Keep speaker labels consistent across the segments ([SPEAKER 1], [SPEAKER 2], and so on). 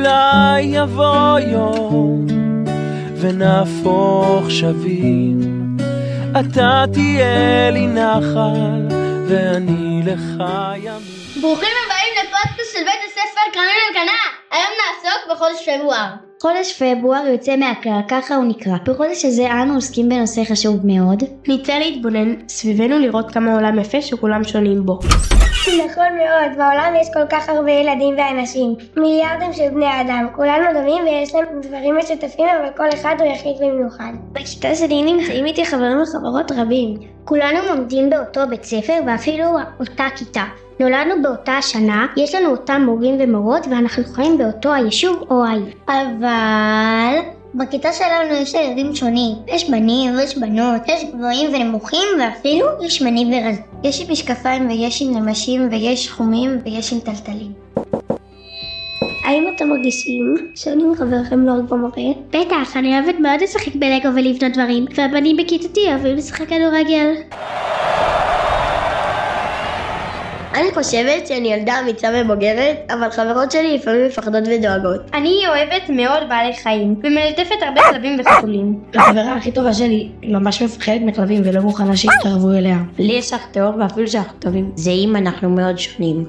[SPEAKER 1] אולי יבוא יום ונהפוך שווים אתה תהיה לי נחל ואני לך ימים
[SPEAKER 2] ברוכים הבאים לפודקאסט של בית הספר קרנן אלקנה! היום נעסוק בחודש פברואר.
[SPEAKER 3] חודש פברואר יוצא מהכלל, ככה הוא נקרא. בחודש הזה אנו עוסקים בנושא חשוב מאוד.
[SPEAKER 4] נצא להתבונן סביבנו לראות כמה עולם יפה שכולם שונים בו.
[SPEAKER 5] נכון מאוד, בעולם יש כל כך הרבה ילדים ואנשים. מיליארדים של בני אדם, כולנו דומים ויש להם דברים משותפים, אבל כל אחד הוא יחיד במיוחד.
[SPEAKER 6] בכיתה שלי נמצאים איתי חברים וחברות רבים.
[SPEAKER 7] כולנו לומדים באותו בית ספר ואפילו אותה כיתה. נולדנו באותה השנה, יש לנו אותם מורים ומורות ואנחנו חיים באותו היישוב או העיר.
[SPEAKER 8] אבל... בכיתה שלנו יש ילדים שונים, יש בנים ויש בנות, יש גבוהים ונמוכים ואפילו יש שמנים ורזים.
[SPEAKER 9] יש עם משקפיים ויש עם נמשים ויש חומים ויש עם טלטלים.
[SPEAKER 10] האם אתם מרגישים שאני וחברכם לא רק במורה?
[SPEAKER 11] בטח, אני אוהבת מאוד לשחק בלגו ולבנות דברים, והבנים בכיתתי אוהבים לשחק כדורגל.
[SPEAKER 12] אני חושבת שאני ילדה אמיצה ובוגרת, אבל חברות שלי לפעמים מפחדות ודואגות.
[SPEAKER 13] אני אוהבת מאוד בעלי חיים, ומלטפת הרבה כלבים וחתולים.
[SPEAKER 14] החברה הכי טובה שלי ממש מפחדת מכלבים ולא מוכנה שיתקרבו אליה.
[SPEAKER 15] לי יש אח טהור ואפילו שאנחנו טובים זהים אנחנו מאוד שונים.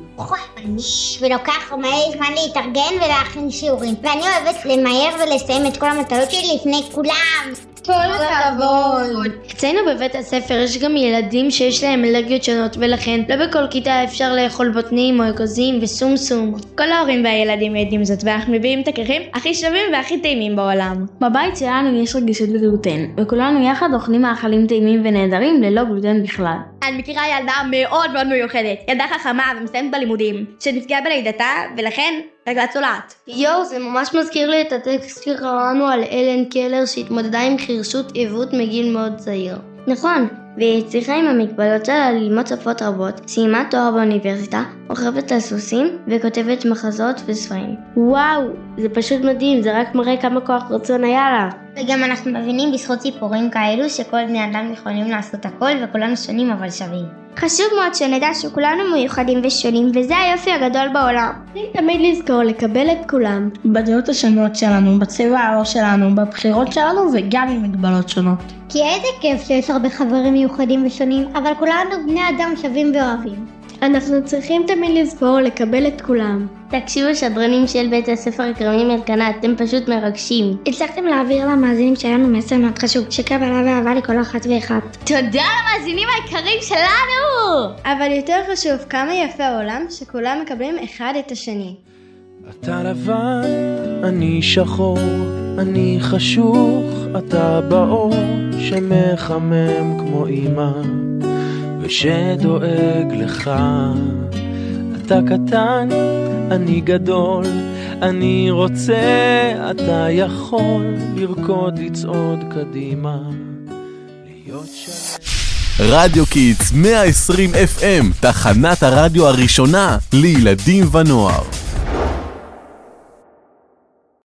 [SPEAKER 16] ולוקח מלא זמן להתארגן ולהכין שיעורים. ואני אוהבת למהר ולסיים את כל המטלות שלי לפני כולם.
[SPEAKER 17] כל הכבוד.
[SPEAKER 4] אצלנו בבית הספר יש גם ילדים שיש להם אלרגיות שונות ולכן לא בכל כיתה אפשר לאכול בוטנים או אגוזים וסומסום.
[SPEAKER 18] כל ההורים והילדים יודעים זאת ואנחנו מביאים את הכרכים הכי שווים והכי טעימים בעולם.
[SPEAKER 4] בבית שלנו יש רגישות לגלוטן וכולנו יחד אוכלים מאכלים טעימים ונהדרים ללא גלוטן בכלל.
[SPEAKER 19] אני מכירה ילדה מאוד מאוד מיוחדת, ילדה חכמה ומסיימת בלימודים, שנפגעה בלידתה ולכן רגלה צולעת.
[SPEAKER 4] יואו, זה ממש מזכיר לי את הטקסט שקראנו על אלן קלר שהתמודדה עם חירשות עיוות מגיל מאוד צעיר.
[SPEAKER 3] נכון, והיא הצליחה עם המגבלות שלה ללמוד שפות רבות, סיימה תואר באוניברסיטה, רוכבת על סוסים וכותבת מחזות וספרים.
[SPEAKER 4] וואו, זה פשוט מדהים, זה רק מראה כמה כוח רצון היה לה.
[SPEAKER 8] וגם אנחנו מבינים בזכות סיפורים כאלו שכל בני אדם יכולים לעשות הכל וכולנו שונים אבל שווים.
[SPEAKER 20] חשוב מאוד שנדע שכולנו מיוחדים ושונים וזה היופי הגדול בעולם.
[SPEAKER 2] צריך תמיד לזכור לקבל את כולם.
[SPEAKER 14] בדעות השונות שלנו, בצבע העור שלנו, בבחירות שלנו וגם עם מגבלות שונות.
[SPEAKER 7] כי איזה כיף שיש הרבה חברים מיוחדים ושונים, אבל כולנו בני אדם שווים ואוהבים.
[SPEAKER 2] אנחנו צריכים תמיד לזכור לקבל את כולם.
[SPEAKER 3] תקשיבו שדרנים של בית הספר כרמים אלקנה, אתם פשוט מרגשים.
[SPEAKER 20] הצלחתם להעביר למאזינים שלנו מסר מאוד חשוב, שקבלה ואהבה לכל אחת ואחת.
[SPEAKER 17] תודה למאזינים היקרים שלנו!
[SPEAKER 4] אבל יותר חשוב, כמה יפה העולם שכולם מקבלים אחד את השני.
[SPEAKER 1] אתה לבן, אני שחור, אני חשוך, אתה באור שמחמם כמו אמא ושדואג לך. אתה קטן, אני גדול, אני רוצה, אתה יכול לרקוד, לצעוד קדימה, להיות
[SPEAKER 11] שלם. רדיו קיטס 120 FM, תחנת הרדיו הראשונה לילדים ונוער.